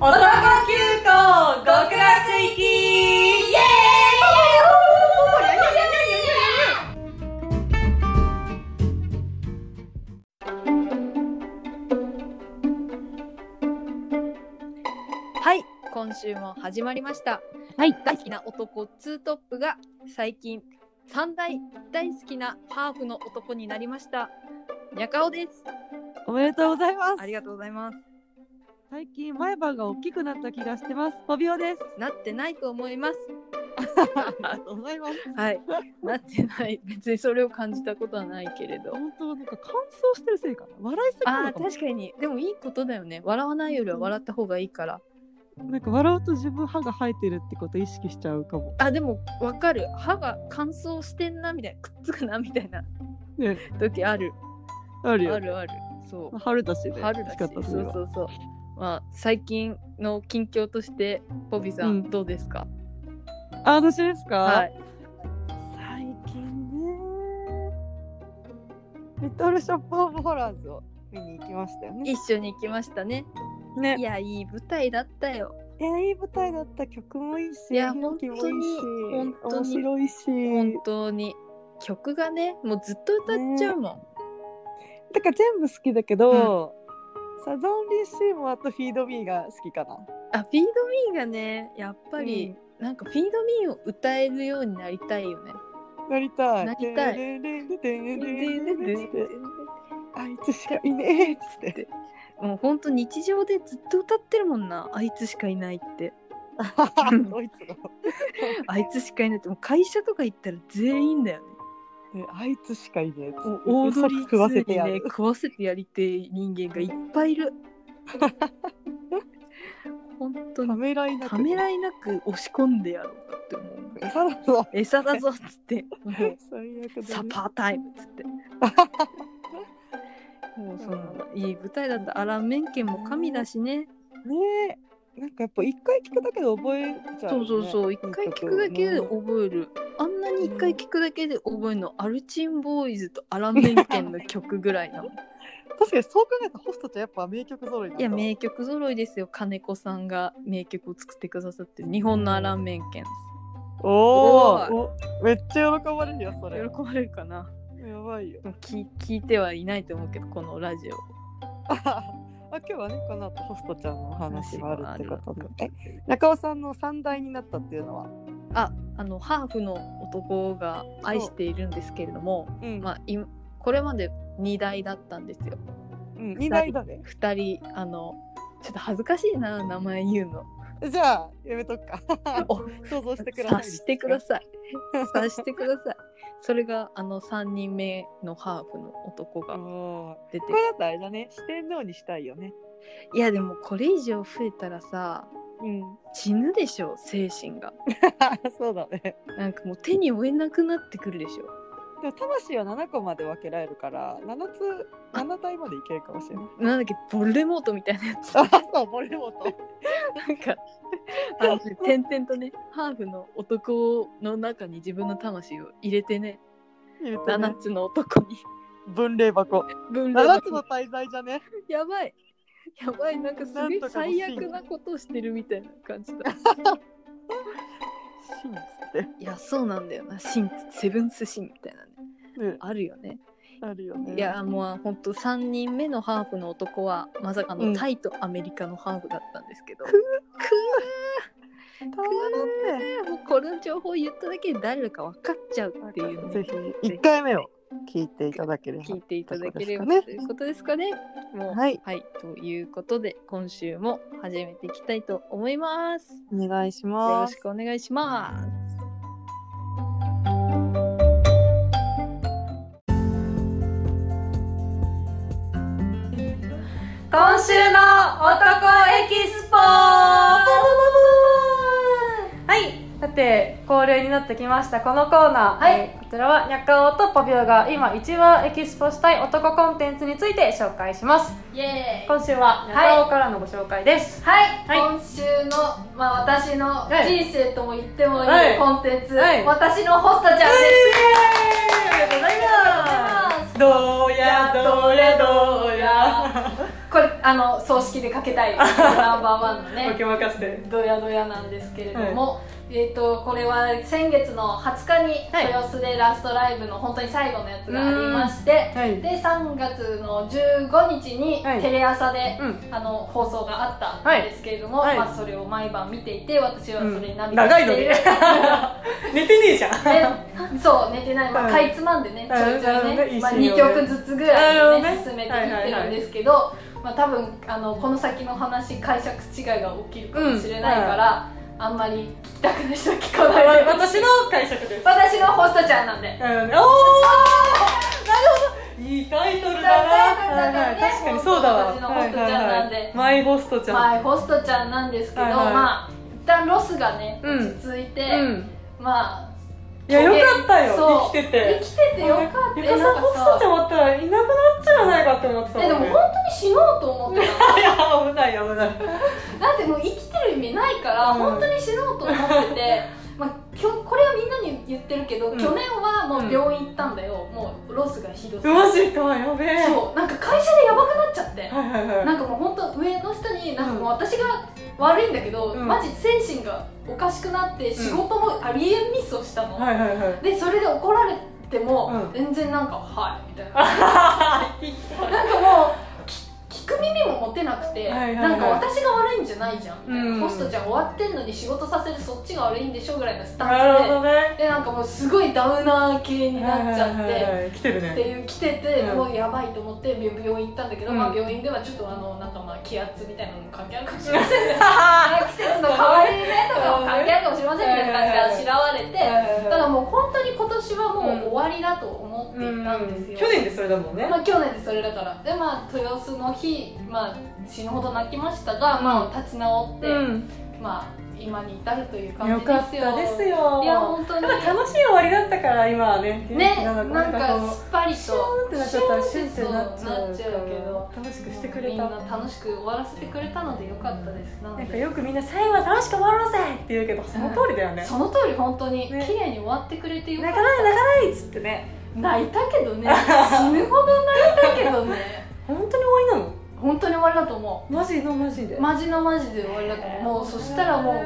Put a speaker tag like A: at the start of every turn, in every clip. A: 男急行極楽行きイエーイ
B: はい今週も始まりました
C: はい、
B: 大好きな男ツートップが最近三大大好きなハーフの男になりましたにゃかおです
C: おめでとうございます
B: あ。りがとうございます
C: 最近前歯が大きくなった気がしてます。ファビオです。
B: なってないと思います
C: ありがとうございます。
B: はいなってない 別にそれを感じたことはないけれど
C: 本当なんか乾燥してるせいかな。笑いすぎな
B: あ
C: の
B: ー
C: かも
B: 確かにでもいいことだよね笑わないよりは笑った方がいいから
C: なんか笑うと自分歯が生えてるってこと意識しちゃうかも。
B: あでもわかる歯が乾燥してんなみたいなくっつくなみたいな
C: ね、
B: 時ある
C: あるよ。
B: あるあるそう
C: まあ春だしね。
B: 春だし
C: 仕
B: そ
C: 方
B: う
C: すれば
B: そうそうまあ最近の近況としてポビさん、
C: うん
B: どうですか
C: あ、私ですか。
B: はい
C: 最近ね。リトルショップオブホラーズを見に行きましたよね。
B: 一緒に行きましたね
C: ね
B: い。やいい舞台だったよ
C: いや、いい舞台だった。曲もいいし。
B: いや
C: 雰囲気もいいし
B: 本当に
C: 面白いし。
B: 本当に曲がねもうずっと歌っちゃうも
C: だから全部好きだけど、サザンリーシーモアとフィードミーが好きかな。
B: ん、あフィードミーがねやっぱり、なんかフィードミーを歌えるようになりたいよね
C: なりたい。
B: なりたい
C: でんでんでんでんでんでんでんでんって
B: も
C: あいつしかいねえっつって。
B: うほんと日常でずっと歌ってるもんなあいつしかいないって
C: ドイツの。
B: あいつしかいないってもう会社とか行ったら全員だよね
C: であいつしかいねえっつって。
B: もうオードリー
C: 嘘食わせて
B: に
C: や
B: ね
C: る。
B: 食わせてやりてえ人間がいっぱいい る本当
C: た
B: に
C: めらいなく。
B: ためらいなく押し込んでやろうかって思う
C: い。そうそう。
B: 餌だぞっつってもう
C: 最悪だ、ね。
B: サパータイムっつってもうそのいい舞台だったアラン・メンケンも神だしね
C: ねえ。なんかやっぱ一回聞くだけで覚えちゃう、
B: そ
C: ね。
B: うそうそう一回聞くだけで覚えるあんなに一回聞くだけで覚えるのアルチンボーイズとアラン・メンケンの曲ぐらいなの
C: 確かにそう考えたらホストちゃんやっぱ名曲揃いな
B: い
C: んだ
B: や名曲揃いですよ金子さんが名曲を作ってくださってる日本のアラン・メンケン
C: お
B: お
C: ーおめっちゃ喜ばれるよそれ
B: 喜ばれるかな
C: やばいよ
B: もう聞聞いてはいないと思うけどこのラジオ
C: あ今日はねこの後ホストちゃんのお話もあるってこと
B: 話
C: で
B: があ
C: え
B: る
C: 中尾さんの三大になったっていうのは、
B: ああのハーフの男が愛しているんですけれども、
C: うん
B: まあ、いこれまで2代だったんですよ
C: うん、二大だね
B: 2人あのちょっと恥ずかしいな名前言うの
C: じゃあやめとくか
B: お
C: 想像してください
B: 察してください察してくださいそれがあの3人目のハーフの男が
C: おー
B: 出て
C: これだとあれだね四天王にしたいよね
B: いやでもこれ以上増えたらさ
C: うん
B: 死ぬでしょ精神が
C: そうだね
B: なんかもう手に負えなくなってくるでしょ
C: でも魂は七個まで分けられるから七つ七体までいけるかもしれない
B: なんだっけボルデモートみたいなやつ
C: あ そうボルモート
B: なんか、あの、点々とね、ハーフの男の中に自分の魂を入れてね、
C: 言うとね
B: 7つの男に
C: 分霊箱
B: 分類
C: 七つの滞在じゃね
B: やばい。やばい、なんかすご
C: なん
B: い
C: とかの
B: 最悪なことをしてるみたいな感じ だ。
C: シンっつって
B: いや、そうなんだよな。シン、セブンスシンみたいなね。
C: ね
B: あるよね。
C: あるよね
B: いや、もうほんと3人目のハーフの男は、まさか
C: う
B: の
C: ん
B: タイとアメリカのハーフだったんですけど。
C: たまらんね
B: もうこの情報を言っただけで誰か分かっちゃうっていうね
C: ぜひ一回目を聞いていただければ
B: 聞いていただければ
C: ということですか
B: とい
C: ね
B: うことですかね。もう
C: はい
B: ということで今週も始めていきたいと思います。
C: お願いし
B: よ
C: ま
B: ろ
C: す
B: しくお願いします。
A: 今週の男エキスポはいさて恒例になってきましたこのコーナー、
B: はい
A: えーこちらはにゃかおとポビオが今一話エキスポしたい男コンテンツについて紹介します
B: イエーイ。
A: 今週はにゃかおからのご紹介です、
B: はい、
A: はい
B: 今週の、まあ、私の
A: はい
B: 人生とも言ってもい
A: はい
B: いコンテンツ、
A: はい
B: 私のホストちゃんです。
A: イエーイありがとうございますどうやどうやどうや
B: これ
A: あの葬式でかけたい ナンバーワンの
D: お
A: ね
D: 気任せで
A: ドヤドヤなんですけれども、えー、とこれは先月の20日に
D: はい
A: 豊洲でラストライブの本当に最後のやつがありまして
D: はい
A: で3月の15日に
D: はい
A: テレ朝で、
D: うん
A: あの放送があった
D: はい
A: んですけれども、
D: はい
A: まあ、それを毎晩見ていて私はそれに
D: う
A: 涙
D: ん長い
A: し
D: の
A: て
D: に
A: いる、
D: 寝てねえじゃん
A: ね そう寝てない、まあ、
D: はい
A: かいつまんでねちょいちょい
D: うんうんい
A: ね、
D: い
A: まあ、
D: シーンをね
A: 2曲ずつぐらいで
D: なるほ
A: ね
D: どね
A: 進めていってるんですけど、まあ、多分あのこの先の話解釈違いが起きるかもしれないから、あんまり聞きたくない人は聞かないでほし
D: 私
A: い
D: の解釈です
A: 私のホストちゃんなんで
D: うん、おーなるほどいいタイトルだな
A: タイトルだか
D: は
A: らね
D: いはい確かにそうだわ
A: 私のホストちゃんなんで
D: はいはいはいマイホストちゃん、
A: まあホストちゃんなんですけど、
D: はいはい
A: まあ一旦ロスがね
D: うん
A: 落ち着いて、
D: うん
A: まあ
D: いや
A: トゲ
D: よかったよ
A: そう
D: 生きてて
A: 生きててよかった
D: ゆかさんホストちゃん終わったらいなくなっちゃわないかって思ってた
A: えでも
D: んね
A: 本当に死のうと思ってた
D: いや 危ない危ない
A: だってもう生きてる意味ないから、
D: うん
A: 本当に死のうと思っ ててまあ、きょこれはみんなに言ってるけど、
D: うん
A: 去年はもう病院行ったんだよ、もうロスがひどすぎて
D: マジかやべえ
A: そうなんか会社でやばくなっちゃって
D: はいはいはい
A: なんかもう本当上の人になんかもう私が悪いんだけど、
D: うん
A: マジ精神がおかしくなって仕事もありえんミスをしたの、
D: はいはい はい
A: でそれで怒られても、
D: うん
A: 全然なんか「はい」みたいな
D: はい
A: なんかもうき聞く耳も持てなくて、
D: はいはいはい
A: なんか私が悪いんじゃないじゃんみたいな、
D: うん
A: ホストちゃん終わってんのに仕事させるそっちが悪いんでしょぐらいのス
D: な
A: タ
D: るほ
A: ン
D: どね
A: スででなんかもうすごいダウナー系になっちゃって。
D: はいはいはいはい来てるね
A: っていう来てて、
D: うん
A: もうやばいと思って病病院行ったんだけど、
D: うん
A: まあ、病院ではちょっとあのなんかまあ気圧みたいなのも関係あるかもしれません ね季節の変わり目とかも関係あるかもしれませんみたいな感じであしらわれてだからもう本当に今年はもう終わりだと思っていたんですよ、
D: 去年でそれだもんね、
A: まあ、去年でそれだからでまあ豊洲の日、まあ、死ぬほど泣きましたが、
D: うん
A: まあ、立ち直って、
D: うん
A: まあ、今に至るという感
D: よ
A: じ
D: か
A: で
D: っ
A: すよ
D: たですよ
A: いや本当に
D: なんか楽しい終わりだったから今は ね
A: ね
D: な
A: なんん
D: かなんかこ
A: か
D: う
A: すっぱり
D: シュ
A: と
D: ーンってなっちゃったらシュンってなっちゃう
A: なっちゃうけど
D: 楽しくしてくれ
A: みん
D: た
A: な楽しく終わらせてくれたのでよかったですなの
D: なんか
A: で
D: よくみんな最後は楽しく終わろうぜって言うけどその通りだよね、
A: その通り本当に綺
D: ね
A: 麗に終わってくれてよかっ
D: 泣
A: た
D: かない泣かないっつってね
A: 泣いたけどね死ぬほど泣いたけどね
D: 本当に終わりなの
A: 本当に終わりだと思
D: マジのマジで
A: うマジのマジで終わりだと思うもうそしたらもう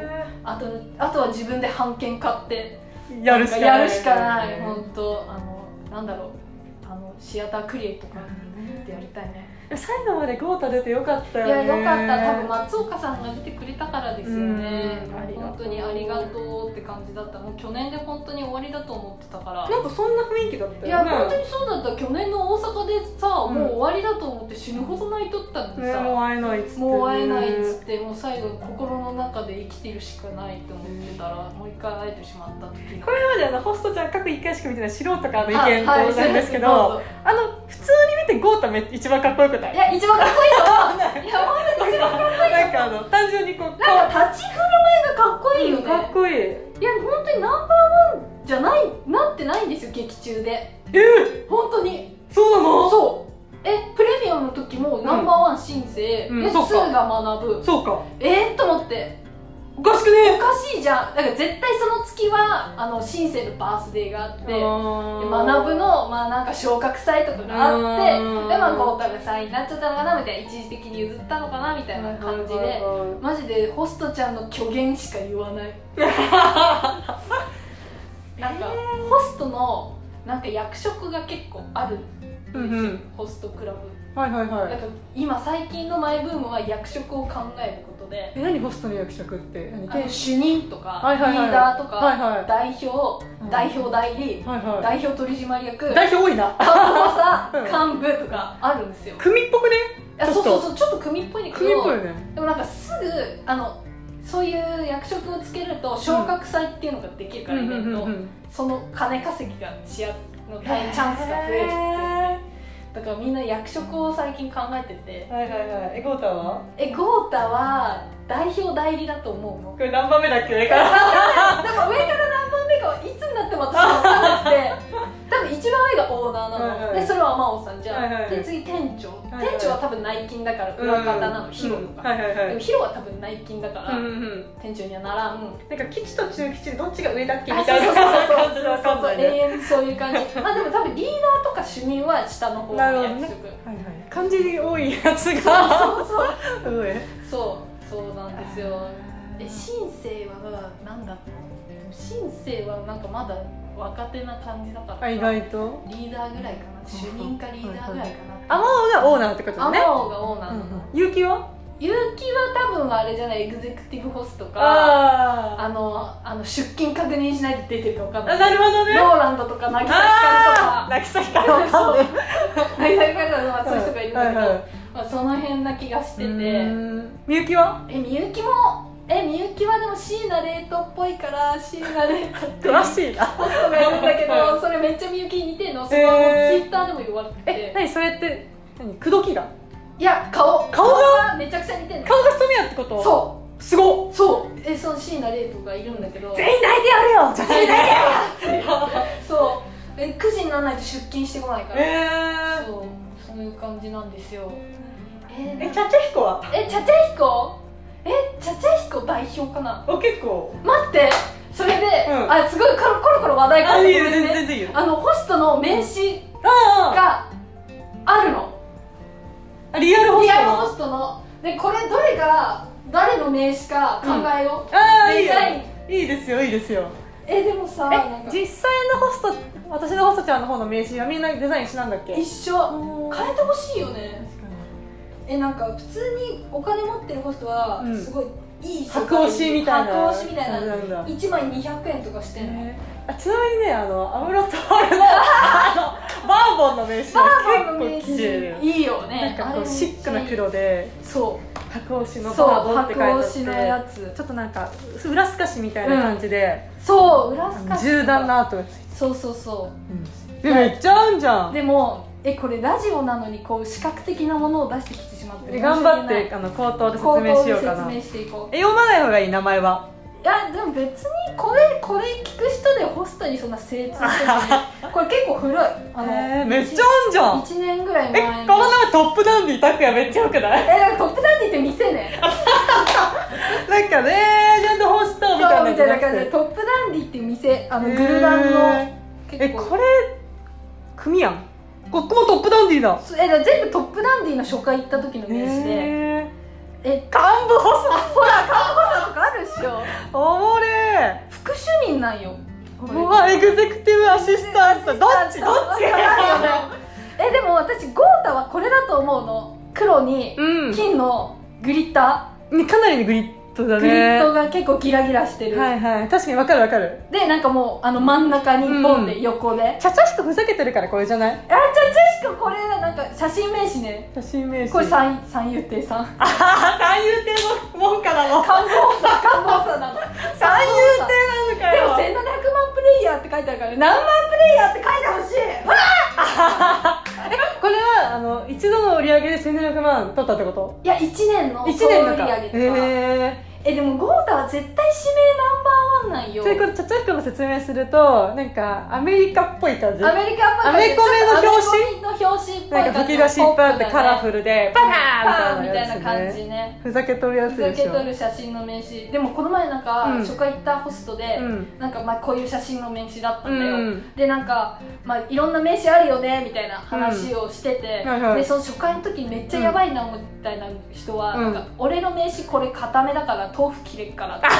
A: あとあとは自分で版権買って
D: うやるしかない
A: やるしかない本当あのなんだろうあのシアタークリエイトとかでやりたいね
D: 最後まで豪太出てよかった
A: い
D: よ
A: や
D: ね
A: よかった多分松岡さんが出てくれたからですよね
D: うんありがとう
A: 本当にありがとうって感じだったもう去年で本当に終わりだと思ってたから
D: なんかそんな雰囲気だったよね
A: いや本当にそうだった去年の大阪でさも
D: ん
A: う終わりだと思って死ぬほど泣いとったのに
D: ね
A: さ
D: もう会えないっつってね
A: もう会えないっつってもう最後心の中で生きてるしかないと思ってたらもう一回会えてしまった時
D: これまであのホストちゃん各1回しか見てない素人からの意見
A: あはい
D: なんですけど、
A: そうそう
D: あの普通に見て豪太め一番かっこよくない
A: いや、一番かっこいいと思う。いや、本当に一番かっこいい。
D: なんかあの単純にこう
A: なんか立ち振る舞いがかっこいいよね。
D: かっこいいえ
A: いや、本当にナンバーワンじゃない、なってないんですよ、劇中で。本当に。
D: そうなの
A: そう。え、プレミアムの時もナンバーワン申請、
D: うん
A: で、
D: そっか
A: 2が学ぶ。
D: そうか
A: えー、と思って。
D: おかしく
A: お
D: ね
A: かしいじゃん。だから絶対その月は、あの、シンセのバースデーがあって。
D: で
A: で学ぶの、まあ、なんか昇格祭とかがあって
D: うん
A: で、まあ、豪太が3位になっちゃったのかなみたいな一時的に譲ったのかなみたいな感じでマジでホストちゃんの虚言しか言わないなんか、ホストのなんか役職が結構あるんですよ、
D: うんうん
A: ホストクラブ
D: はいはいは
A: なん
D: い
A: か今最近のマイブームは役職を考えることで
D: え何ホストの役職って何
A: あの主任とか、
D: はいはいはい
A: リーダーとか、
D: はいはい
A: 代表
D: うん
A: 代表代理、
D: はいは
A: 代表取締役
D: い代表多いな
A: 看
D: うん
A: 護さ幹部とかあるんですよ
D: 組っぽくね
A: いや
D: ちょ
A: そ
D: っと
A: うそうそうちょっと組っぽいんだけ
D: 組っ
A: ど
D: ぽいよね
A: でもなんかすぐあのそういう役職をつけると昇格祭っていうのができるからイベントその金稼ぎがしやのチャンスが増える
D: へ
A: だからみんな役職を最近考えてて
D: ーはいはいはいえ豪太は
A: え豪太は代表代理だと思うの
D: これ何番目だっけ
A: なんか上から何番目かはいつになっても私は分かんなくて多分一一番上がオーナーなの、
D: はいはい
A: でそれは真央さんじゃん、
D: はいはい
A: で次店長、
D: はいはい
A: 店長は多分内勤だから裏方なの、ヒロとか、
D: はいはいは
A: でも
D: い
A: ヒロは多分内勤だから、
D: うんうん
A: 店長にはならん
D: なんか基地と中基地どっちが上だっけ
A: あ
D: みたいな
A: そう
D: 感じわかんない
A: 永
D: ね
A: 遠そういう感じまあでも多分リーダーとか主任は下の方
D: なるほど
A: に
D: ね
A: 役職
D: はいはい漢字多いやつが
A: そうそう
D: 上
A: そうそうなんですよで新生はなんだ新生はなんかまだ若手な感じだから
D: あ意外と
A: リーダーぐらいかな主任かリーダーぐらいかな
D: あまおがオーナーってことだ
A: ア
D: ね
A: マオがオーナーなの
D: 有機は
A: 結城は多分あれじゃないエグゼクティブホストか
D: あ
A: あのあの出勤確認しないで出てるか分かん
D: ー
A: な
D: あ
A: い
D: なるほど
A: ロ
D: ね
A: ーランドとか渚ひかるとか
D: 泣きさひかの
A: そ
D: 顔
A: う渚ひかるとかまあそういう人がいるんだけど、まあ、その辺な気がしてて、
D: みゆきは
A: えみゆきもえみゆきはでも椎名玲斗っぽいから椎名玲斗って
D: 詳しいな
A: ホストがいるんだけ
D: は
A: どそれめっちゃみゆきに似てんのそれはもうツイッターでも言われてて、
D: え何それって何口説きが
A: いや顔
D: 顔が
A: がめちゃくちゃ似てんの
D: 顔が染めやってこと
A: そう
D: すごっ
A: うそうえその椎名玲斗がいるんだけど
D: 員泣いてやるよ全 員泣いてやるよ
A: そうえ9時にならないと出勤してこないから、
D: え
A: そうそういう感じなんですよえ
D: え
A: ー
D: ちゃちゃひこは
A: えちゃちゃひこえちゃちゃひこ代表かな
D: お結構
A: 待ってそれで、
D: うん
A: あすごいコロコロコロ話題が
D: あいいよ
A: ごめ
D: 全
A: んね
D: 然いいよ
A: あのホストの名刺
D: あ
A: があるの
D: あリアルホス
A: リ
D: ト
A: アル
D: の
A: ホストのでこれどれが誰の名刺か考えよ
D: あ
A: う、
D: あいい
A: デ
D: よ
A: ザイン
D: いいですよいいですよ
A: えでもさ
D: え
A: なんか
D: 実際のホスト私のホストちゃんの方の名刺はみんなデザインしなんだっけ
A: 一緒
D: 緒
A: 変えてほしいよねえなんか普通にお金持ってるホストは
D: うん
A: すごいいい
D: 白押しみたいな
A: 白押しみたいな
D: なんだ
A: 1枚200円とかしてんの
D: えーあちなみにねあの安室透のあのバーボンの名刺は結構綺麗だよ
A: いいよ
D: なん
A: ね
D: かこうシックな黒で
A: そ
D: 白押し
A: う
D: の
A: そう
D: バーボンって書いて
A: 白
D: あ
A: 押
D: っ
A: してのやつ
D: ちょっとなんか裏透かしみたいな感じで、
A: そう裏
D: あ
A: すか
D: の
A: し
D: 銃弾の跡がついて
A: そうそうそう
D: る、めっちゃ合うんじゃん
A: でもえこれラジオなのにこう視覚的なものを出してきてしまって
D: で頑張っ
A: 申し訳
D: て
A: な
D: あ
A: い
D: の口頭で説
A: 口
D: 明
A: 頭
D: し
A: で
D: よう
A: 説
D: かな
A: 明していこう
D: え読まない方がいい名前はい
A: やでも別にこれこれ聞く人でホストにそんな精通してない これ結構古いあの、
D: えーめっちゃ合うんじゃん
A: 1年ぐらい
D: え
A: 前
D: この
A: の
D: 名前トップダンディ拓也めっちゃよくない
A: えなんかトップダンディって店ね
D: なんかねちゃんとホスト
A: そう
D: みたいな
A: みたいな
D: やつじゃ
A: 感
D: なく
A: じで
D: て
A: トップダンディって店あのグルダンの
D: え
A: 結
D: ーえ
A: 構
D: これ組やんここもトップダンディだ
A: そうえだから全部トップダンディの初回行った時の
D: え
A: 名刺で
D: ー、
A: え
D: 幹部ホス
A: ほら看護さんとかあるっしょ
D: トおもれ
A: 副主任なんよこれ
D: うわエグゼクティブアシスタントどっちどっち
A: えでも私ゴータはこれだと思うの黒に
D: うん
A: 金のグリッタ
D: ねかなりのグリッドだね
A: ー、グリットが結構ギラギラしてる、
D: はいはい確かにわかるわかる
A: でなんかもうあの真ん中にボンっ
D: う
A: て
D: ん
A: 横で、あ
D: ちゃちゃしくふざけてるからこれじゃない
A: ちゃちゃしかこれなんか写真名刺ね
D: 写真名刺
A: これ三三遊亭さん
D: ああ三遊亭のもんかなの
A: 看護さん看護さんなの
D: 三遊亭なのか
A: で
D: よ
A: も1700万プレイヤーって書いてあるからね何万プレイヤーって書いてほしいわ
D: これはあの一度の売り上げで1700万取ったってこと
A: いや1年の
D: 一年の
A: 総
D: か
A: 売上げとか、
D: へ
A: えでもゴータは絶対指名ナンバーワンなん
D: え
A: よ
D: ということでちゃちゃしくの説明するとなんかアメリカっぽい感じ
A: ア
D: なんか
A: メリカンパン
D: アメコミの表紙
A: 紙の表紙っぽい
D: 吹き出しいっぱいあってカラフ
A: ル
D: ルでパ
A: パ
D: カーン
A: ーンみ
D: み
A: た
D: た
A: い
D: い
A: な
D: な
A: 感
D: 感じ
A: じね
D: ふざけとるや
A: ふ
D: つ
A: ざ
D: で
A: け
D: しょ
A: とる写真の名刺でもこの前なんか、
D: うん
A: 初回行ったホストで、
D: うん
A: なんかまあこういう写真の名刺だった
D: うん
A: だよ、
D: ん
A: でなんか、まあ、いろんな名刺あるよねみたいな話をしてて、
D: うんはいはい
A: でその初回の時にめっちゃやばいなみたいな人は、
D: うん
A: なんか俺の名刺これ固めだから豆腐切れっからって豆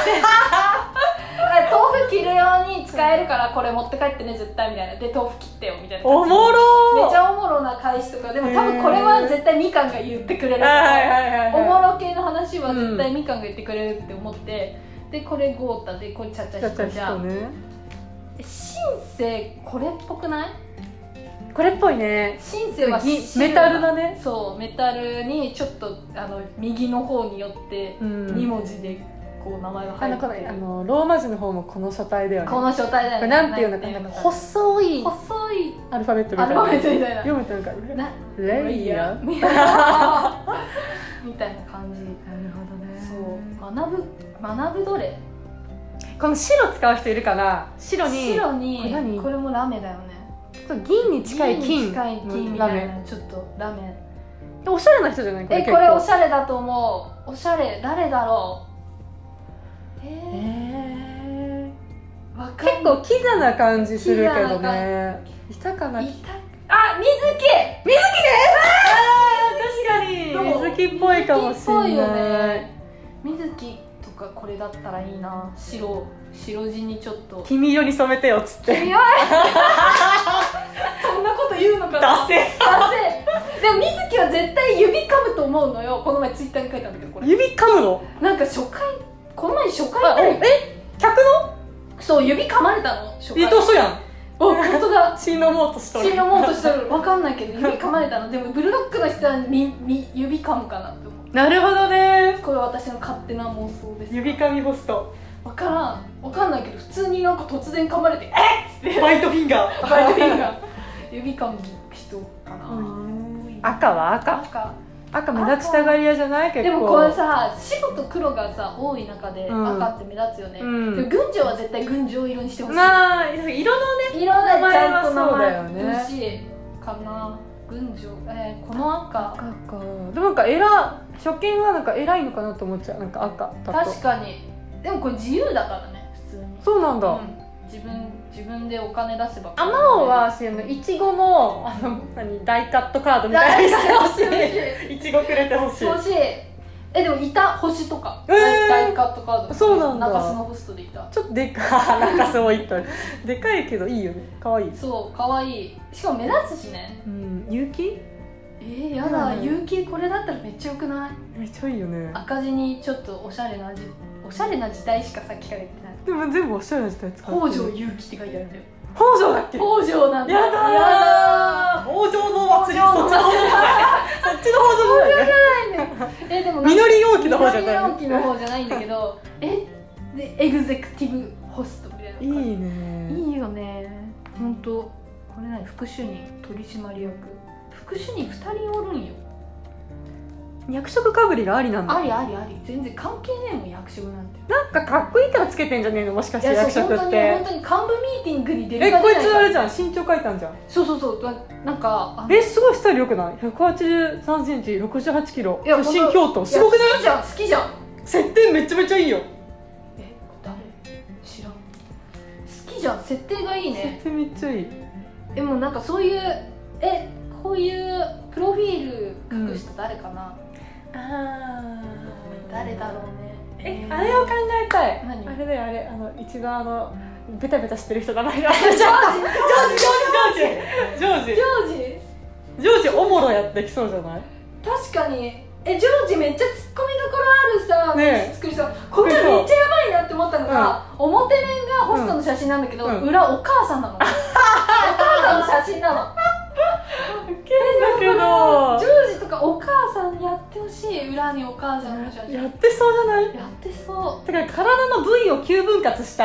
A: 腐切るように使えるからこれ持って帰ってね絶対みたいなで豆腐切ってよみたいな感じ
D: おもろ
A: め
D: ー
A: ちゃおもろな返しとかでも多分これは絶対みかんが言ってくれるから
D: はいはいはいはい
A: おもろ系の話は絶対みかんが言ってくれるって思って、でこれゴータでこれちゃちゃ
D: ちゃちゃ
A: ひこ
D: ひ
A: じゃ
D: こ
A: ん
D: ね
A: シンセこれっぽくない
D: これっぽいね
A: シンセは
D: ぎ
A: 白い
D: メタルだね
A: そうメタルにちょっとあの右の方によって
D: うん
A: 2文字でこう名前が
D: あ
A: 入
D: の
A: っ
D: こ
A: て
D: の
A: る
D: あのローマ字の方もこの書体だよね
A: こ
D: こ
A: の書体だよ
D: れ
A: ね
D: なんていうのかな
A: なん
D: んか
A: ていうのか
D: 細い
A: 細い
D: アルファベットみ
A: ア
D: たい
A: ルファベ
D: な
A: ットみたいな
D: 読むとなんか
A: な
D: レイヤー
A: みたいな みたいな感じ
D: なるほどね
A: そう学ぶ学ぶどれ
D: この白使う人いるから白に
A: 白に
D: これ何
A: これもラメだよね
D: そう銀に近い
A: 銀に
D: 金
A: 近い金み
D: ラ
A: た
D: メ
A: いな
D: ンちょっと
A: ラーメン
D: でおしゃれな人じゃない
A: えこれお
D: ゃ
A: しゃれだと思うおしゃれ誰だろう
D: れ、
A: え
D: え
A: ー、わ
D: ー、
A: か
D: 結
A: んない
D: 構キザな感じするけど
A: キザな
D: ねいたかない
A: たあ水木
D: 確かに
A: どう
D: 水木っぽいかもしれない
A: 水木っぽいよね水木とかこれだったらいいな白白地にちょっと
D: 黄色に染めてよっつ って
A: 君はそんなこと言うのか
D: ダ
A: な
D: セ
A: ダセでも水木は絶対指噛むと思うのよこの前ツイッターに書いたんだけどこれ
D: 指噛むの
A: なんか初回この前初回
D: あお
A: だよ
D: え客の
A: そう指噛まれたの初
D: 伊
A: 回
D: 藤そやん
A: お本当だ
D: 血のもうとしとる
A: 血飲もうとしてるわかんない けど指噛まれたのでもブルドッグの人はみみ指噛むかなって思う
D: なるほどね
A: これ私の勝手な妄想です
D: 指噛みホスト
A: わからんわかんないけど普通になんか突然噛まれてえっつって
D: バイトフィンガー
A: バイトリ ンが指噛む人かな、
D: 赤は
A: な
D: 赤
A: んか
D: 赤目立ちたがり屋じゃない結構
A: でもこれさ白と黒がさ多い中で
D: うん
A: 赤って目立つよね、
D: うん
A: でも群青は絶対群青色にしてほしい
D: まあ色のね
A: 色でちゃん
D: 名
A: と名前
D: 前はそうだよね
A: 欲しいかな群青えー、この赤
D: 赤かでもなんか偉初見はなんか偉いのかなと思っちゃうなんか赤だと
A: 確かにでもこれ自由だからね普通に
D: そうなんだ、
A: うん自分自分でお金出せば
D: アマオはそのいちごのあの何大カットカードみたいに してほし
A: 欲
D: いいちごくれてほし
A: しい
D: い
A: 欲しいえでもいた星とか
D: えー
A: 大カットカード
D: そうなんだ
A: 中洲のホストでいた
D: ちょっとでかいなんかそういったでかいけどいいよね可愛い
A: そう可愛いしかも目立つしね
D: うん有機
A: えー、やだ、
D: うん
A: 有機これだったらめっちゃよくない
D: めっちゃいいよね
A: 赤字にちょっとおしゃれな字おしゃれな時代しかさっきから言ってない
D: でも全部おしゃれな人使う
A: 北条有機って書いてあるんだよ
D: 北条だっけ
A: 北条なんだ
D: やだー
A: やだ
D: 北条の祭りそっちの北条そっちの北条だよね
A: ーえでもなん か
D: 実り容器
A: ミ
D: の
A: ノ
D: 方じゃない
A: 容器の方じゃないんだけどえでエグゼクティブホストみたいない
D: いね
A: いいよね本当これ何副主任取締役副主任2人おるんよ
D: 役職かぶりがありなんだ
A: ありありあり全然関係ねえもん役職なんて
D: なんかかっこいいからつけてんじゃねえのもしかして役
A: そう
D: 職
A: 本当
D: っ
A: に
D: て
A: 本当に幹部ミーティングに出
D: え
A: るか
D: こい
A: 出ない
D: つ
A: か
D: あれじゃん身長書いたんじゃん
A: そうそうそうななんかあの
D: えすごいスタイルよくない183センチ68キロ
A: いや
D: 出身京都すごくない
A: いや好きじゃん好きじゃん
D: 設定めちゃめちゃいいよ
A: え誰知らん好きじゃん設定がいいね
D: 設定めっちゃいい
A: でもなんかそういうえこういうプロフィール書く人誰かな、
D: あ
A: 誰だろうね
D: え
A: ー
D: あれを考えたい
A: 何
D: あれだよあれあの一番あのベタベタしてる人名前が
A: ジョージ
D: ジョージジョージジョージ
A: ジョージ
D: ジョージおもろやってきそうじゃない
A: 確かにえジョージめっちゃツッコミどころあるさ、
D: ねえ
A: 作りさこれめっちゃやばいなって思ったのが、表面がホストの写真なんだけど、
D: うん
A: 裏お母さんなのお母さんの写真なの
D: だけ
A: ジ
D: ど
A: ョージとかお母さんやってほしい裏にお母さんの写真
D: やってそうじゃない
A: やってそう
D: だから体の部位を9分割 した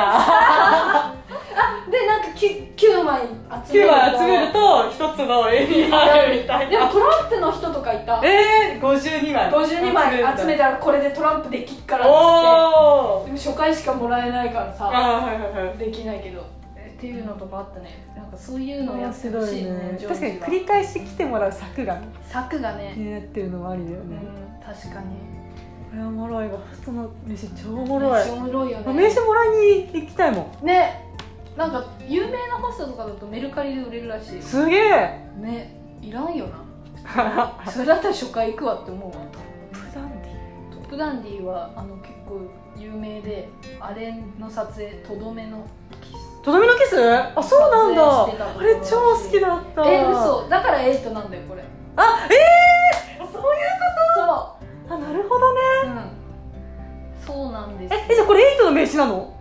A: でなんか 9, 九枚集め
D: 9
A: る
D: 枚集めると1つの絵になるみたい
A: でも
D: な
A: トランプの人とかいた
D: えー、52枚
A: 52枚集め
D: て
A: たらこれでトランプできっからっつっ
D: おー
A: てでも初回しかもらえないからさ
D: あーはいはいはい
A: できないけどえっていうのとかあったねなんかそういうのをや
D: 面
A: ってほ
D: 白
A: し
D: い
A: いね
D: ね
A: ジョー
D: 確かに
A: ジは
D: 繰り返し来てもらう策がね
A: 柵がね
D: やってるのもありだよ
A: う
D: ね、
A: ん確かに
D: これおもろいわその飯超お
A: お
D: もろい
A: おもろいよね
D: 名刺もらいに行きたいもん
A: ねなんか有名なホストとかだとメルカリで売れるらしい
D: すげ え
A: ねいらんよな
D: トッ
A: それだったら初回行くわって思うわ
D: プダンディ
A: トップダンディはあの結構有名であれの撮影とどめのキス
D: とどめのキスあそうなんだ
A: 撮影してた
D: あれ超好きだった
A: え嘘だからエイトなんだよこれ
D: あええそういう
A: そ
D: あなるほどね
A: う、うん、そうなんです
D: ええじゃあこれエイトの名刺なの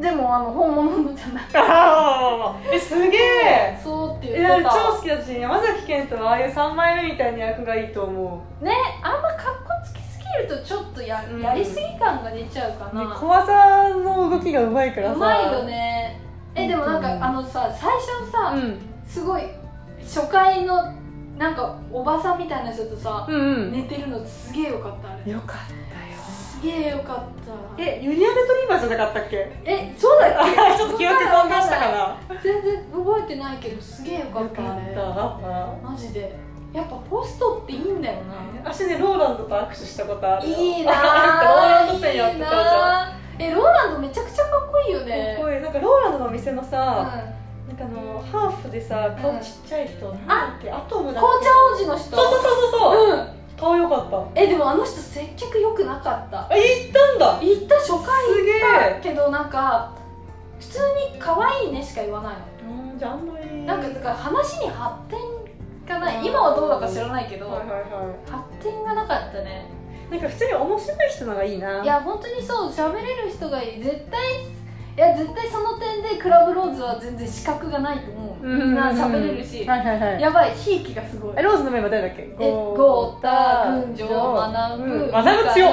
A: でもあの本物のじゃない
D: あ あえすげえ
A: そうって
D: い
A: 言っ
D: や
A: てた
D: 超好きだし山崎賢人はああいう3枚目みたいな役がいいと思
A: ねあんまかっこつきすぎるとちょっとや,、
D: うん
A: やりすぎ感が出ちゃうか
D: う、ね
A: な、
D: 小技の動きがうまいからさ
A: うまいよねえでもなんか、
D: うん
A: あのさ最初
D: う
A: さ、
D: ん
A: すごい初回のなんかおばさんみたいな人とさ、
D: うんうん、
A: 寝てるのすげえよかったあれ
D: よかったよ
A: すすげえよかった
D: えユニアレトリーバーじゃなかったっけ
A: えそうだっけ
D: ちょっと記憶飛んだしたかなよ
A: 全然覚えてないけどすげえよかったあれ
D: かっ
A: マジでやっぱポストっていいんだよな
D: た私ねローランドと握手したことあるよ
A: いいな
D: なんかローランド
A: ー
D: 店やっ
A: い
D: て
A: い
D: たじゃん
A: なーえローランドめちゃくちゃかっこいいよね
D: かっこいいなんかローランドのお店の
A: うん
D: さ、なんかあのハーフでさ顔ちっちゃい人、なんだっけアトムだっけ
A: 紅茶王子の人
D: そうそうそうそうそう
A: うん
D: 顔良かった
A: えでもあの人接客良くなかった
D: あ行ったんだ
A: 行った初回
D: すげえ
A: けどなんか普通に可愛いねしか言わないの
D: うんじゃああんまり
A: なんかだから話に発展がない今はどうだか知らないけど、
D: はいはいは
A: 発展がなかったね
D: いなんか普通に面白い人のがいいない
A: や本当にそう喋れる人がいい絶対いや絶対その点でクラブローズは全然資格がないと思う、
D: うん
A: みんな喋れるし、
D: はいはいはい
A: やばいひいきがすごい
D: えローズのメンバー誰だっけ
A: えゴータ群青学ぶ、
D: うん学ぶ強っ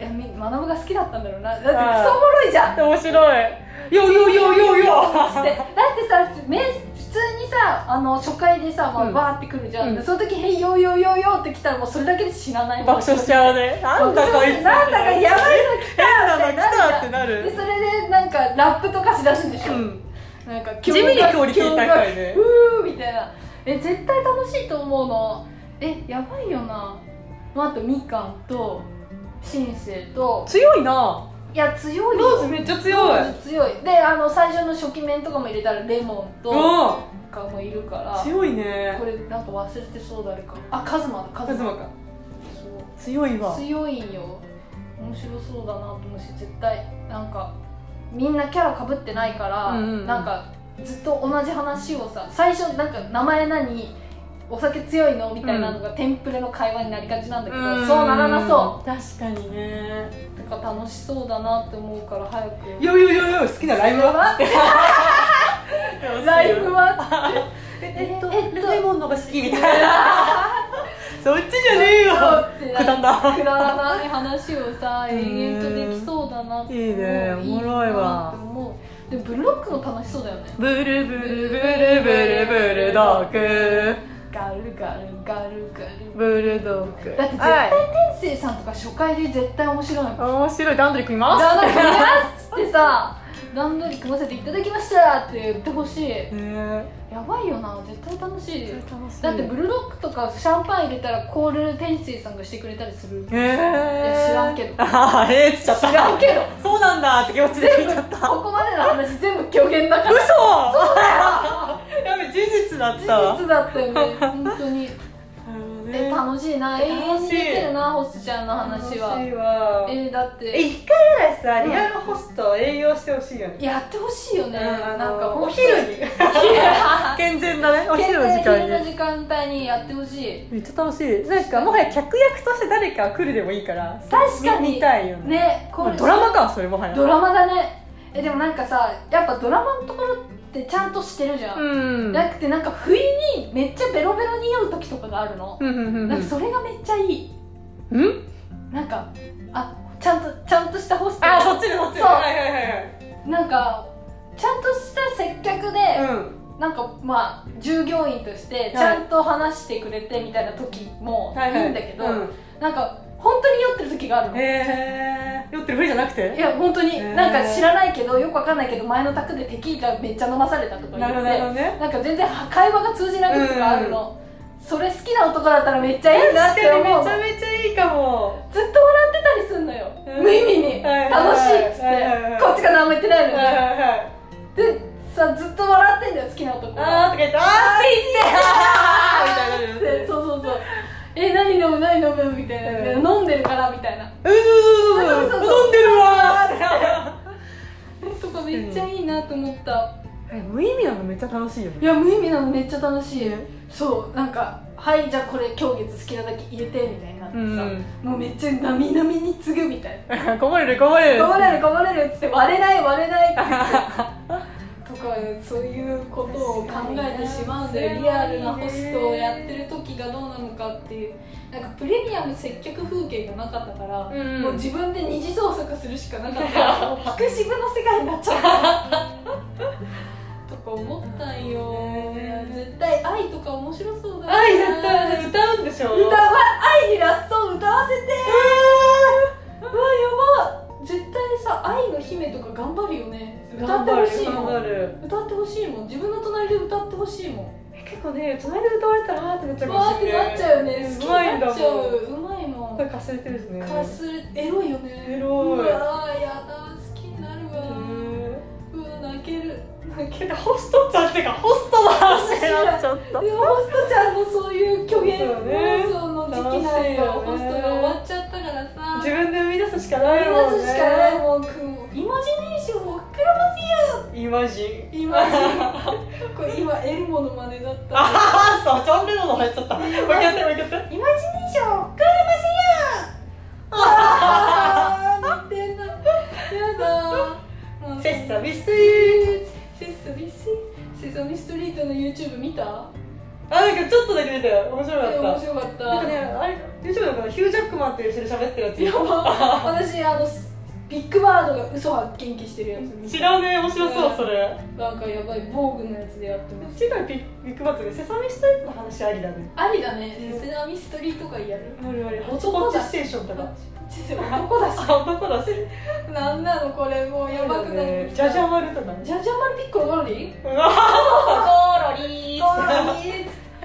A: いやみ学ぶが好きだったんだろうなだってク
D: あー
A: ソおもろいじゃん
D: 面白いよよよよ よ
A: だってだってさめ普通にさあの初回でさ、ま
D: う
A: あ、
D: ん
A: バーってくるじゃん、
D: うん
A: でその時「へいよーよーよーよー」って来たらもうそれだけで死なない
D: 爆笑しちゃうねなんだこいつ
A: なんだかやばいの来
D: 変なの
A: た
D: 来たっててな
A: で
D: る
A: それでなんかラップとかしだすんでし
D: う
A: ょ、
D: ん
A: なんか
D: 地味にクオリティ高いね
A: うーみたいなえ絶対楽しいと思うのえやばいよな、まあ、あとみかんとしんせいと
D: 強いない
A: や強いよ
D: ローズめっちゃ強い
A: ローズ強いであの最初の初期面とかも入れたらレモン
D: う
A: とかもいるから
D: ん強いね
A: これなんか忘れてそう誰かあカズマだカ
D: カズマか
A: そう
D: 強いわ
A: 強いんよ面白そうだなと思うし絶対なんかみんなキャラかぶってないから、
D: うんうんうん
A: なんかずっと同じ話をさ最初なんか名前何お酒強いのみたいなのが、テンプレの会話になりがちなんだけど、そうならなそう
D: 確かにね
A: うだから楽しそうだなって思うから早く
D: よよよよ好きなライブは
A: ライブは
D: えっと
A: えっと
D: レモンのが好きみたいなそっちじゃねえよ
A: って
D: くだんだ
A: くだらない話をさ延々とできそうだなって思う
D: いいねおもろいわ
A: なって思うでもブルロックも楽しそうだよね
D: ブルブルブルブルブルドッグ
A: ガルガルガルガル
D: ブルドッグ
A: だって絶対天聖さんとか初回で絶対面白いもん
D: はい面白い段取り組みます
A: 段取り組みますっつってさ段取り組ませていただきましたって言ってほしいや
D: ね
A: ばいよな絶対楽しい
D: え楽しい
A: だってブルドックとかシャンパン入れたらコール天聖さんがしてくれたりする
D: えー、
A: や知らんけど
D: あー えーっつっちゃった
A: 知らんけど
D: そうなんだって気持ちで聞いちゃった
A: ここまでの話全部虚言だから
D: 嘘そうだよ やべ事実だったわ
A: 事実だったよね本当 に
D: なるほどね
A: え楽しいな
D: 楽
A: 永
D: しい
A: 遠にできるな星ちゃんの話
D: 楽し
A: はい
D: わ
A: えーだって
D: え一回ぐらいさリアルホストを営業してほしいよね、
A: やってほしいよね、
D: あの
A: なんか
D: お
A: 本当
D: 昼に健全だね お昼の時間
A: 昼の
D: に
A: 時間帯にやってほしい
D: めっちゃ楽しいなんかもはや客役として誰か来るでもいいから
A: 確かに
D: 見たいよね
A: ねこれ
D: ドラマかそれもはや
A: ドラマだねえでもなんかさやっぱドラマのところってちゃんとしてるじゃん、
D: うん
A: なくてなんか不意にめっちゃベロベロに酔う時とかがあるの、
D: うんうんうんう
A: なんかそれがめっちゃいい
D: んうん
A: なんかあちゃんとちゃんとしたホスト
D: あそっちでそっちで
A: そう
D: はいはいはいはい
A: なんかちゃんとした接客で、
D: うん
A: なんかまあ従業員としてちゃんと話してくれてみたいな時も
D: はい
A: い
D: はい
A: いんだけど、
D: うん
A: なんか本当に酔ってる時があるの、
D: へえ酔ってるふりじゃなく
A: い
D: て
A: や本当に、
D: へー
A: なんか知らないけどよくわかんないけど前の宅でテキーラめっちゃ飲まされたとか言
D: なるほ
A: っ
D: どなるほ
A: て
D: どね
A: なんか全然会話が通じない時とかあるの、それ好きな男だったらめっちゃいいなっ
D: 確
A: て
D: かにめ
A: 思う
D: ちゃめちゃいいかも
A: ずっと笑ってたりすんのよ、
D: うん
A: 無意味に、
D: はいはい
A: 楽しいっつって、
D: はいはいはい
A: こっちが何も言ってない
D: はい
A: の
D: は
A: に、
D: いはい
A: でさずっと笑ってんだよ好きな男が
D: あーとか言ってあーって言ってあー みたいになるよね
A: そうそうそうえ何飲む何飲むみたいな、
D: うん
A: 飲んでるからみたいな
D: うーん飲んでるわーって
A: とかめっちゃいいなと思った、
D: え無意味なのめっちゃ楽しいよね
A: いや無意味なのめっちゃ楽しい、
D: ね
A: そうなんか「はいじゃあこれ今月好きなだけ入れて」みたいになってさ、もうめっちゃなみなみに次ぐみたいな
D: こぼれるこぼれ
A: 「
D: る
A: こぼれるこぼれる」っつって「割れない割れない」って 言ってとかそういうことを考えてしまうんだよ
D: 確
A: リ
D: か
A: ア
D: にね
A: ルなホストをやってる時がどうなのかっていうなんかプレミアム接客風景がなかったから、
D: うん
A: もう自分で二次創作するしかなかった からもうピクシブの世界になっちゃったとか思ったんよ
D: ね
A: 絶対愛とか面白そうだな
D: 愛絶対歌うんでしょ
A: 歌わ愛にラッソを歌わせてうわやばしいもん
D: 結構ね隣で歌われたらあーってなっちゃう
A: う
D: かも
A: わー
D: し
A: っ
D: れ
A: て
D: ない
A: なっちゃうよね好き
D: う
A: に
D: まいんだ
A: な
D: も
A: っちゃうんうまいもん
D: これかすれてるしね
A: かすれエロいよね
D: エロいう
A: わーやだ好きになるわ
D: うん
A: うわ泣ける泣け
D: て
A: る
D: かホストちゃんっていうかホストの話になっちゃう
B: ちょっと
A: でもホストちゃんのそういう虚言
D: そうね
A: 放送の時期なんよホ
D: 楽
A: ス
D: しいよ
A: ト
D: ね
A: が終わっちゃったからさ
D: 自分で生み出すしかないもんね
A: 生み出すしかないもんくんイマジネーションを膨らませよ
D: イマジン
A: イマジンこれ今エルモの真似だった
D: あははそうジャンベルの入っちゃったもう一回やってもう一回やって
A: イマジネーションを膨らませよあー似てんなやだもう
D: セッサミステリー
A: セサミスセサミストリートの YouTube 見た
D: あなんかちょっとだけ見たよ面白
A: え
D: か
A: 面
D: っ
A: 白かった
D: たなんかねあれ YouTube だからヒュー・ジャックマンっていう人で喋ってるやつ
A: いやもう私あのビッグバードが嘘発見器してるやつ見た
D: 知らねえ面白そうそれ
A: なんかやばい防具のやつでやってます
D: 次回ビッビッグバッツでセサミストリートの話ありだね
A: ありだね
D: うん
A: セサミストリートがやる
D: あるあるホッチ
A: 男だ
D: ポッチステーションとか
A: 男だし
D: あ 男だし
A: なんなのこれもうやばくなってき
D: ジ
A: た
D: ャジャマルとかね
A: ジャジャマルピッコロゴロリ
D: うわ
A: ゴロリ
D: あ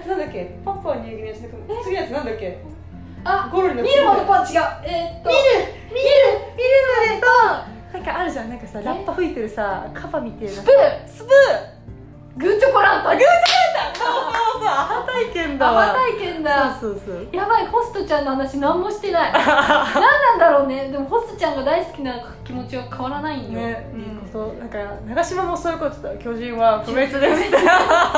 D: となんだっけパパはニューギニアじゃなくて次のやつなんだっけ
A: あ
D: ゴールの
A: 見るものパン違うえーっと見る見る見るのねパン
D: なんかあるじゃんなんかさラッパ吹いてるさカパみてえな
A: スプーンスプーングーチョコランタングー
D: そうそうアハ体験だ
A: ア
D: わ
A: バ体験だ
D: そうそうそう
A: やばいホストちゃんの話何もしてない何なんだろうねでもホストちゃんが大好きな気持ちは変わらないんよ、
D: ね、
A: うん
D: いいことなんか長島もそういうことだ巨人は不滅です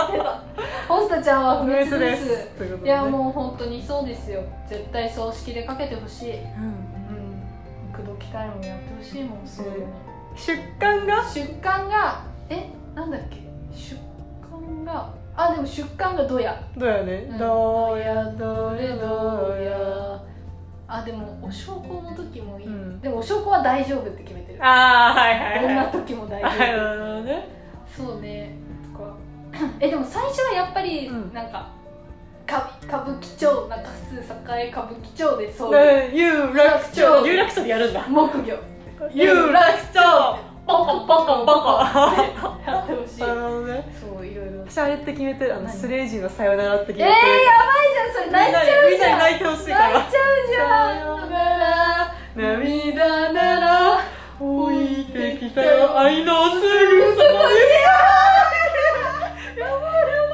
A: ホストちゃんは不滅です
D: ということでね
A: いやもう本当にそうですよ絶対葬式でかけてほしい、う
D: うん
A: ん、口説き会もやってほしいもんそういうの
D: 出刊が
A: 出棺がえなんだっけ出棺があでも出棺がドヤ
D: どうやね、
A: うん
D: どうやど
A: ど
D: れ
A: れ
D: ど
A: ど
D: う
A: う
D: や
A: やあでもお焼香の時もいい、
D: うん
A: でもお焼香は大丈夫って決めてる
D: ああはいはい
A: どん
D: は
A: ない時も大丈
D: あな
A: 夫
D: るほどね
A: そうねとかえでも最初はやっぱり
D: うん
A: なんか、か歌舞伎町中洲栄歌舞伎町でそういう
D: ね有楽町有楽町でやるんだ
A: 木魚
D: 有楽町
A: ポコポコポ コってやってほしい
D: なるほどね
A: そういろいろ
D: 私あれって決めてるあの
A: 何
D: スレイジのさよならって決
A: えー、
D: め
A: やば
D: て
A: い
D: る
A: じゃんそれ泣いちゃう
D: みん
A: じ
D: なに
A: ゃん
D: 泣いてほしいか
A: 泣
D: ら
A: いちゃうじゃんなら
D: 涙なら置いてきたよ愛のすぐそばに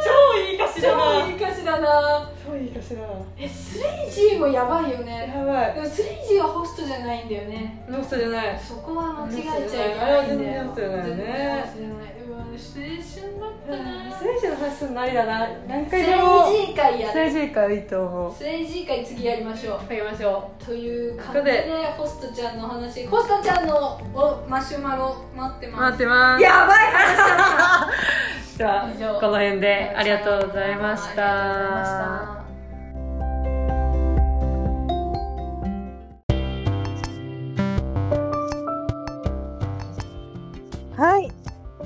D: 超いい歌詞だ
A: 超
D: ない
A: い歌詞だな
D: 超いい歌詞だな
A: えスレイジーもやばいよね
D: やばい
A: でもスレイジーはホストじゃないんだよね
D: ノストじゃない
A: そこは間違えちゃいけないんだよ。
D: あれは全然ホストじゃないよね
A: 全然ホストじゃない。うわ、青春だったな。
D: スレイジの話すんのありだな何回でも
A: 政治会や
D: スレイ
A: る。
D: ジからいいと思う
A: 政治会次やりましょ
D: やりましょ
A: う。という感じでホストちゃんの話、ホストちゃんのおマシュマロ待って
D: う
A: ます。
D: てます
A: やばい話だな。
D: では
A: 以上
D: この辺でありがとうございまし
A: ありがとうございました
D: た。
C: はい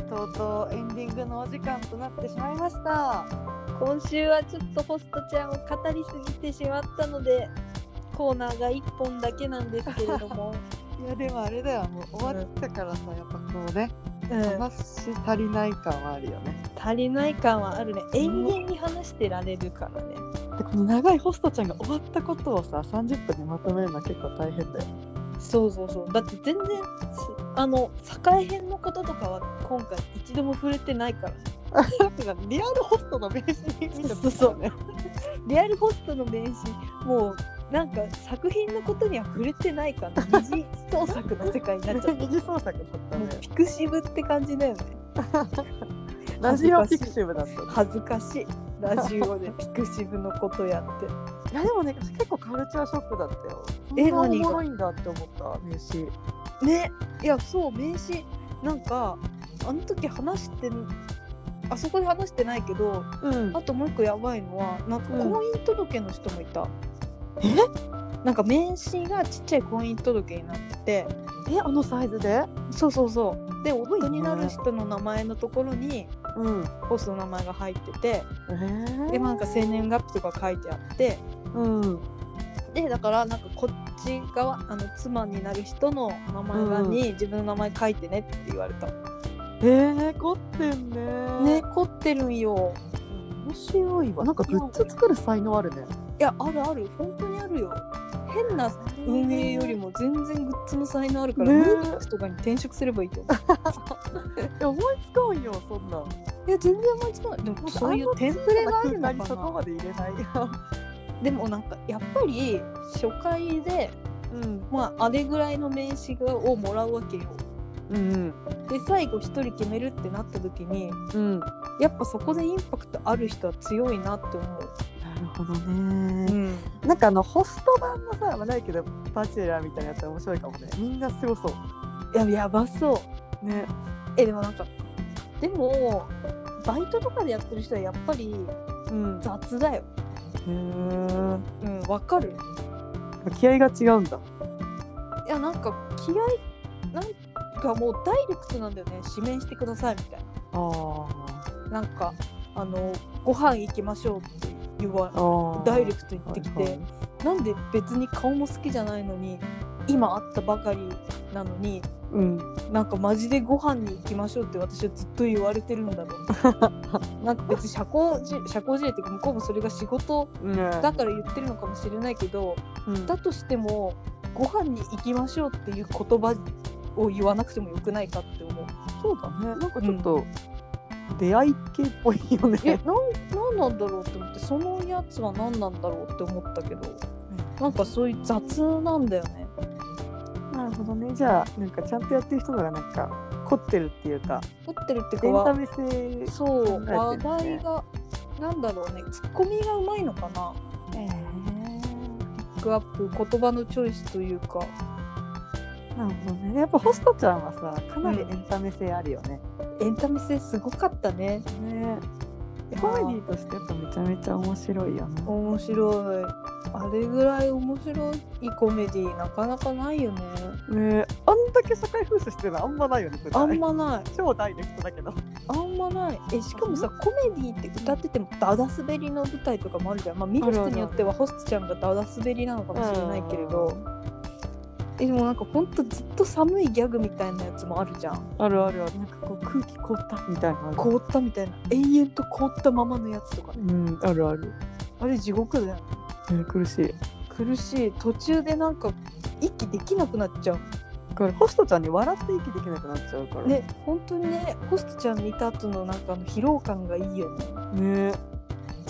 C: とうとうエンディングのお時間となってしまいました
B: 今週はちょっとホストちゃんを語りすぎてしまったのでコーナーが1本だけなんですけれども、
C: いやでもあれだよもう終わったからさやっぱこうね
B: うん、
C: 話足りない感はあるよね
B: 足りない感はあるね永遠に話してられるからね
C: でこの長いホストちゃんが終わったことをさ30分でまとめるのは結構大変だよ
B: そうそうそうだって全然すあの境編のこととかは今回一度も触れてないから
C: だってさリアルホストの名刺に見た
B: そうそうそうリアルホストの名刺もうなんか作品のことには触れてないから二次創作の世界になっちゃ っ
C: 二次創作だった
B: たもう
C: ね
B: ピクシブって感じだよね
C: ラジオピクシブだったね
B: 恥ずかしいラジオ でピクシブのことやって
C: いやでもね結構カルチャーショックだったよ
B: え
C: こんな
B: 何
C: お
B: が
C: もろいんだって思った名刺
B: ねいやそう名刺なんかあの時話してんあそこで話してないけど
C: うん
B: あともう一個やばいのはなんか
C: うん
B: 婚姻届の人もいた、えなんか名刺がちっちゃい婚姻届になってて
C: えあのサイズで
B: そうそうそうで
C: ごいね
B: 夫になる人の名前のところに
C: うん
B: ホストの名前が入ってて
C: えー
B: でなんか生年月日とか書いてあって
C: うん
B: でだからなんかこっち側あの妻になる人の名前欄に自分の名前書いてねって言われた、
C: えー、凝ってん
B: ね
C: ね
B: 凝ってるんよ
C: 面白いわなんかグッズ作る才能あるね
B: いやあるある本当にあるよ変な運営よりも全然グッズの才能あるから
C: ね
B: ムードとかに転職すればいいと思う
C: いや思いつかんよそんない
B: や全然思いつかないでもそういうテンプレがあるのか
C: そこ
B: な
C: まで入れない
B: でもなんかやっぱり初回で
C: うん
B: まああれぐらいの名刺がをもらうわけよ
C: うん
B: で最後一人決めるってなった時に
C: うん
B: やっぱそこでインパクトある人は強いなって思う、
C: なるほどね
B: ん、
C: なんかあのホスト版のさ、まあ、ないけどバチェラーみたいなやつ面白いかもねみんなすごそ
B: いややばそう
C: うね
B: えでもなんかでもバイトとかでやってる人はやっぱり
C: うん
B: 雑だよう
C: へ
B: んわかる
C: え気合が違うんだ
B: いやなんか気合なんかもうダイレクトなんだよね指名してくださいみたい
C: あ
B: ななんかあのご飯行きましょうって言わ
C: あ
B: ダイレクトに言ってきて、
C: はいはい
B: なんで別に顔も好きじゃないのに今会ったばかりなのに
C: うん
B: なんかマジでご飯に行きましょうって私はずっと言われてるんだろ うなんか別に社交じ社交辞令っていうか向こうもそれが仕事
C: ね
B: だから言ってるのかもしれないけど
C: うん
B: だとしてもご飯に行きましょうっていう言葉を言わなくてもよくないかって思う
C: そうだねなんかちょっと出会い系っぽいよね、
B: えなんなんなんだろうって思ってそのやつは何なんだろうって思ったけどなんかそういう雑なんだよね
C: なるほどねじゃあなんかちゃんとやってる人のがなんか凝ってるっていうか
B: 凝ってるっていうか
C: エンタ
B: は
C: メ性
B: そう
C: 考
B: 話
C: えてるね
B: 題がなんだろうねツッコミがうまいのかなピ
C: え
B: ックアップ言葉のチョイスというか
C: なるほどねやっぱホストちゃんはさかなりエンタメ性あるよね、
B: エンタメ性すごかったね
C: ねコメディとしてやっぱめちゃめちゃ面白いよね
B: 面白いあれぐらい面白いコメディなかなかないよね
C: ねあんだけ社会風刺してるのあんまないよね
B: あんまない
C: 超ダイレクトだけど
B: あんまないえしかもさコメディって歌っててもダダ滑りの舞台とかもあるじゃん、まあ、見る人によってはホストちゃんがダダ滑りなのかもしれないけれど、えでもなんかほんとずっと寒いギャグみたいなやつもあるじゃん
C: あるあるあるなんかこう空気凍ったみたいな
B: 凍ったみたいな永遠と凍ったままのやつとかね
C: うんあるある、
B: あれ地獄だよね
C: ね、苦しい
B: 苦しい途中でなんか息できなくなっちゃう
C: これホストちゃんに笑って息できなくなっちゃうから
B: ね本当にねホストちゃん見た後のなんかあの疲労感がいいよね
C: ね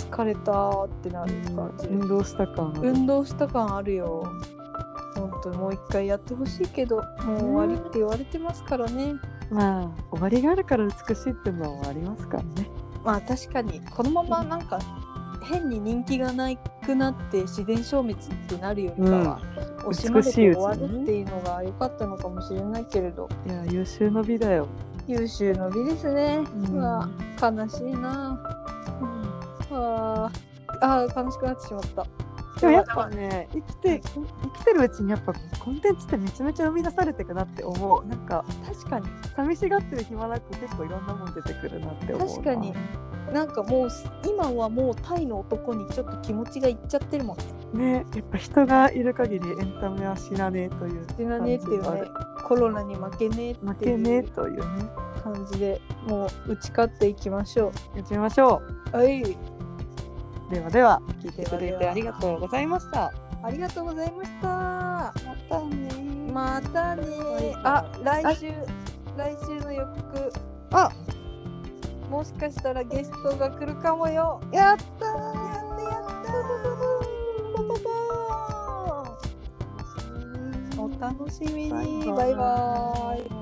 B: 疲れたーってなる感じ、
C: 運動した感ある
B: 運動した感あるよ本当にもう一回やってほしいけどもう終わりって言われてますからね
C: まあ終わりがあるから美しいっていうのはありますからね
B: まあ確かにこのままなんか変に人気がなくなって自然消滅ってなるよりかは、惜しまれて終わるっていうのが良かったのかもしれないけれど
C: いや優秀の美だよ、
B: 優秀の美ですね、
C: うん
B: うわ悲しいなあーあー悲しくなってしまった
C: でもやっぱね生きて生きてるうちにやっぱコンテンツってめちゃめちゃ生み出されてくなって思うなんか
B: 確かに
C: 寂しがってる暇なく結構いろんなもん出てくるなって思うな
B: 確かになんかもう今はもうタイの男にちょっと気持ちがいっちゃってるもんね
C: ねやっぱ人がいる限りエンタメは死なねえという
B: 死なねえっていう
C: 感
B: ね
C: じが
B: コロナに負けねえ
C: ある
B: っ
C: 負
B: て
C: けね
B: い
C: え
B: う
C: というね
B: 感じでもう打ち勝っていきましょ
C: やってみましょ
B: うはい。
C: うではでは聞いてくれてありがとうございました
B: ありがとうございました。
C: またね
B: またね。あ、来週、来週の予告。
C: あ、
B: もしかしたらゲストが来るかもよ。やったやったやったパパパーお楽しみに。
C: バ
B: バ
C: イ
B: イ
C: バ
B: バイ。